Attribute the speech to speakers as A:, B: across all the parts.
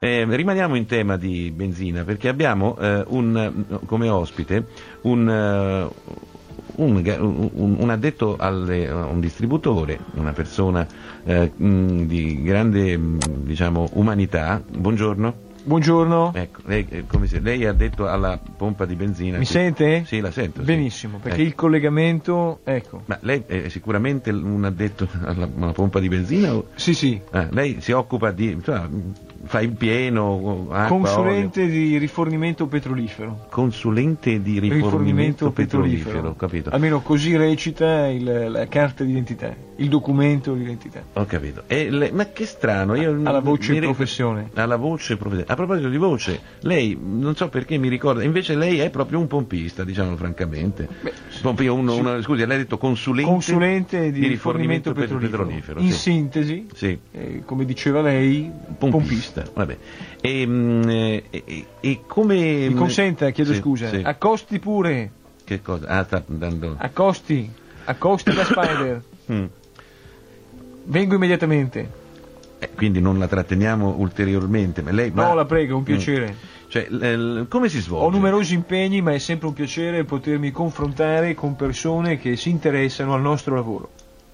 A: Eh, rimaniamo in tema di benzina perché abbiamo eh, un, come ospite un, eh, un- un- un addetto alle- a un distributore, una persona eh, mh, di grande mh, diciamo, umanità. Buongiorno.
B: Buongiorno,
A: Ecco, lei, eh, come si- lei è addetto alla pompa di benzina.
B: mi
A: Sì.
B: sente?
A: Sì, la sento. sì.
B: Benissimo, perché
A: Ecco.
B: il collegamento, ecco,
A: Ma lei è sicuramente un addetto alla, alla pompa di benzina? o-
B: sì sì,
A: Ah, lei si occupa di... insomma, fa il pieno, o acqua, olio.
B: consulente di rifornimento petrolifero.
A: consulente di rifornimento, petrolifero, capito?
B: Almeno così recita il- la carta d'identità, il documento d'identità.
A: Ho capito. E le- ma che strano, io
B: Alla voce
A: mi re-
B: professione.
A: Alla voce professione. A proposito di voce, lei non so perché mi ricorda, invece lei è proprio un pompista, diciamo francamente. Pompio, uno-
B: sì.
A: uno- scusi, lei ha detto consulente,
B: Consulente di,
A: di
B: rifornimento,
A: pet-
B: petrolifero.
A: petrolifero,
B: In
A: sì.
B: sintesi,
A: Sì.
B: eh, come diceva lei, pompista.
A: Vabbè. E, mm, eh, e- e come
B: Mi consenta, chiedo
A: Sì,
B: scusa, Ecco.
A: sì.
B: accosti pure,
A: Che cosa? Ah, sta dando
B: Ecco. accosti, accosti da Spider,
A: Mm.
B: vengo immediatamente.
A: Eh, quindi non la tratteniamo ulteriormente, ma lei
B: No,
A: ma-
B: la prego, un
A: Mm.
B: piacere.
A: Cioè, l- l- come si svolge?
B: Ho numerosi impegni, ma è sempre un piacere potermi confrontare con persone che si interessano al nostro lavoro.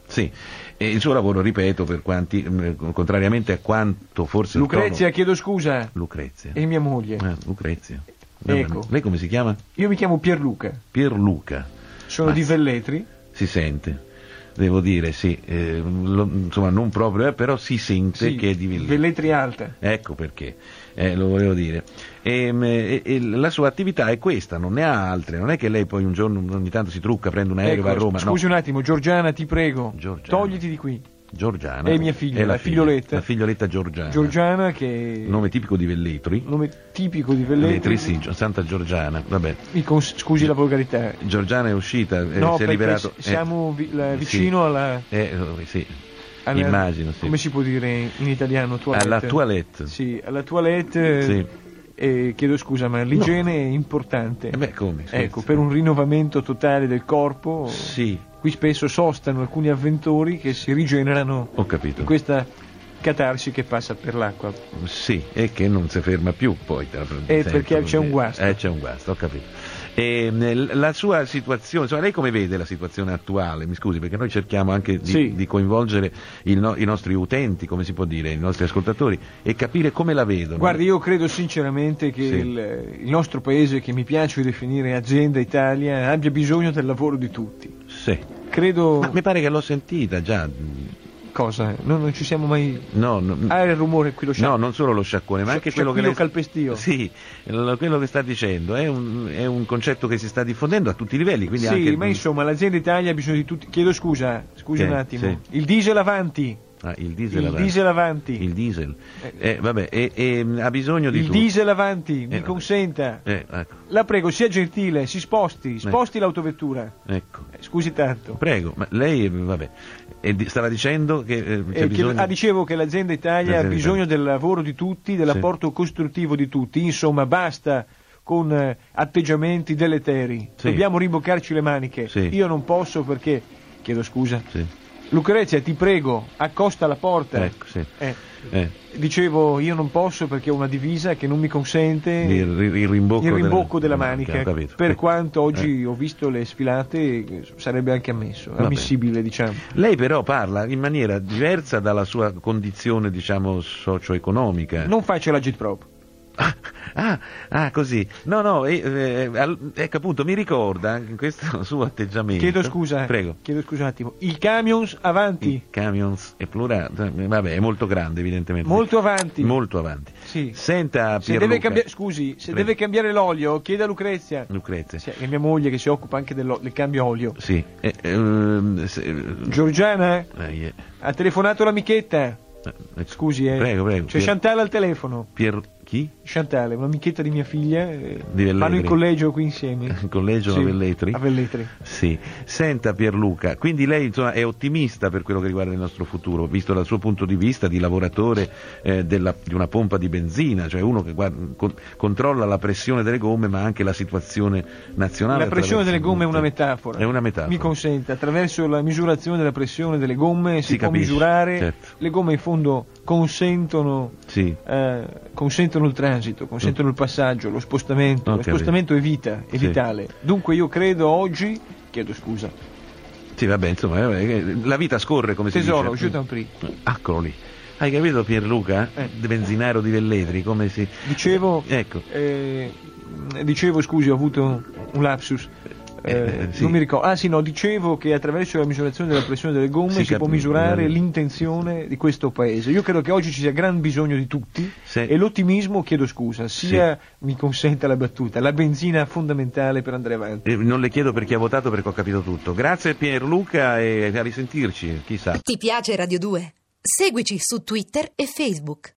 A: Sì, e il suo lavoro, ripeto, per quanti, mh, contrariamente a quanto forse... il
B: Lucrezia,
A: tono-
B: chiedo scusa,
A: Lucrezia.
B: e mia moglie.
A: Ah, Lucrezia.
B: Ecco.
A: Vabbè, Lei come si chiama?
B: Io mi chiamo Pierluca,
A: Pierluca.
B: sono
A: Ma-
B: di Velletri.
A: Si sente. Devo dire, sì, eh, lo- insomma non proprio, eh, però si sente
B: Sì,
A: che è di Velletri.
B: Velletri Alta.
A: Ecco perché, eh, lo volevo dire. Ehm, E, e la sua attività è questa, non ne ha altre, non è che lei poi un giorno ogni tanto si trucca, prende un aereo,
B: Ecco,
A: va a Roma. no.
B: scusi un attimo, Giorgiana, ti prego,
A: Giorgiana.
B: togliti di qui.
A: Giorgiana.
B: È mia figlia,
A: È la,
B: la
A: figlia,
B: figlioletta.
A: La figlioletta Giorgiana.
B: Giorgiana che è
A: Nome tipico di Velletri.
B: nome tipico di Velletri.
A: Velletri, sì, Gio- Santa Giorgiana. Vabbè,
B: Mi cons- scusi la volgarità.
A: Giorgiana è uscita, eh,
B: No,
A: si è
B: perché
A: liberato.
B: s- siamo vi- la- vicino alla-
A: Eh, sì.
B: Alla-
A: Immagino, sì.
B: Come si può dire in italiano? Toilette.
A: Alla toilette.
B: Sì, alla toilette.
A: Sì.
B: eh, chiedo scusa, ma l'igiene è importante.
A: Eh beh, come? scherzi.
B: ecco, per un rinnovamento totale del corpo.
A: Sì,
B: Qui spesso sostano alcuni avventori che si rigenerano
A: ho capito.
B: in questa catarsi che passa per l'acqua.
A: Sì, e che non si ferma più poi. tra- sempre,
B: Eh, perché c'è un
A: eh,
B: guasto.
A: Eh, c'è un guasto, ho capito. E, mh, la sua situazione, insomma, lei come vede la situazione attuale? Mi scusi, perché noi cerchiamo anche di,
B: Sì.
A: di coinvolgere il no- i nostri utenti, come si può dire, i nostri ascoltatori, e capire come la vedono.
B: Guardi, io credo sinceramente che
A: Sì.
B: il, il nostro paese, che mi piace definire azienda Italia, abbia bisogno del lavoro di tutti.
A: Sì.
B: Credo.
A: Ma mi pare che l'ho sentita già.
B: Cosa? No, non ci siamo mai.
A: No, no,
B: Ah, era il rumore qui lo
A: No,
B: sciamo.
A: non solo lo sciacquone, ma
B: Sci-
A: anche quello che
B: sciacquino
A: lei-
B: calpestio.
A: Sì, l- quello che sta dicendo è un, è un concetto che si sta diffondendo a tutti i livelli, quindi
B: Sì,
A: anche
B: ma insomma, l'azienda Italia ha bisogno di tutti. Chiedo scusa, scusi
A: Sì,
B: un attimo.
A: sì.
B: Il diesel avanti.
A: Ah, il diesel
B: il
A: avanti.
B: diesel avanti.
A: Il diesel. Eh, vabbè, e, e, mh, ha bisogno di
B: Il
A: tutto.
B: diesel avanti, mi
A: vabbè.
B: consenta.
A: Eh, ecco,
B: La prego, sia gentile, si sposti, sposti l'autovettura.
A: ecco.
B: Eh, Scusi tanto.
A: Prego, ma lei, eh, vabbè, e di- stava dicendo che eh, c'è
B: Eh, che-
A: bisogno...
B: ah, dicevo che l'azienda Italia ha
A: L'azienda
B: bisogno del lavoro di tutti, dell'apporto costruttivo di tutti. Insomma, basta con eh, atteggiamenti deleteri.
A: Sì.
B: Dobbiamo rimboccarci le maniche.
A: Sì.
B: Io non posso perché. Chiedo scusa.
A: Sì,
B: Lucrezia, ti prego, accosta la porta.
A: ecco, sì.
B: Eh,
A: Eh,
B: dicevo, io non posso perché ho una divisa che non mi consente
A: il, ri- il rimbocco,
B: il rimbocco della,
A: ho
B: manica.
A: capito.
B: Per
A: Eh.
B: quanto oggi ho visto le sfilate, eh, sarebbe anche ammesso,
A: bene.
B: ammissibile, diciamo.
A: Lei però parla in maniera diversa dalla sua condizione, diciamo, socio-economica.
B: Non faccio la jet prop.
A: Ah, ah, così. No, no, e, eh, al- ecco appunto, mi ricorda anche questo suo atteggiamento.
B: Chiedo scusa,
A: Prego.
B: chiedo scusa un attimo. Il camions avanti,
A: I camions è plurale, eh, vabbè, è molto grande evidentemente.
B: molto avanti.
A: Molto avanti.
B: Sì.
A: Senta
B: Se
A: Pierluca.
B: deve cambiare, scusi, se
A: Prego.
B: deve cambiare l'olio, chieda a Lucrezia.
A: Lucrezia.
B: Sì, è mia moglie che si occupa anche dello- del cambio olio.
A: Sì. Eh, ehm, se-
B: Giorgiana,
A: eh, eh,
B: ha telefonato l'amichetta.
A: eh,
B: Scusi, eh. Cioè,
A: Prego, prego.
B: C'è
A: Pier-
B: Chantal al telefono.
A: Pier- chi Chi?
B: Chantal, un'amichetta di mia figlia, eh,
A: Di Velletri.
B: vanno in collegio qui insieme.
A: Il collegio
B: Sì,
A: a Velletri.
B: a Velletri.
A: Sì. Senta Pierluca, quindi lei insomma, è ottimista per quello che riguarda il nostro futuro, visto dal suo punto di vista di lavoratore eh, della- di una pompa di benzina, cioè uno che guarda- con- controlla la pressione delle gomme ma anche la situazione nazionale.
B: La
A: attraverso
B: pressione delle gomme è una
A: tutte.
B: metafora.
A: È una metafora.
B: Mi consente, attraverso la misurazione della pressione delle gomme si,
A: Si
B: può
A: capisce,
B: misurare,
A: certo.
B: le gomme in fondo consentono,
A: Sì. Mm.
B: eh, consentono il transito, consentono il passaggio, lo spostamento,
A: Ho
B: lo
A: capito.
B: spostamento è vita, è
A: Sì.
B: vitale. Dunque io credo oggi, chiedo scusa,
A: Sì, vabbè, insomma, eh, eh, la vita scorre come
B: tesoro,
A: si
B: je
A: dice.
B: t'en prie.
A: Eccolo lì. Hai capito Pierluca?
B: Eh.
A: De Benzinaro di Velletri, come si...
B: Dicevo,
A: Ecco.
B: eh, dicevo, scusi, ho avuto un lapsus. Eh,
A: Eh, sì.
B: Non mi ricordo. Ah sì, no, dicevo che attraverso la misurazione della pressione delle gomme
A: Si
B: si,
A: cap-
B: può misurare
A: eh.
B: l'intenzione di questo paese. Io credo che oggi ci sia gran bisogno di tutti
A: Sì.
B: e l'ottimismo, chiedo scusa, sia, mi consenta la battuta, la benzina fondamentale per andare avanti.
A: Eh, Non le chiedo per chi ha votato perché ho capito tutto. Grazie Pierluca e a risentirci, chissà.
C: Ti piace Radio 2? Seguici su Twitter e Facebook.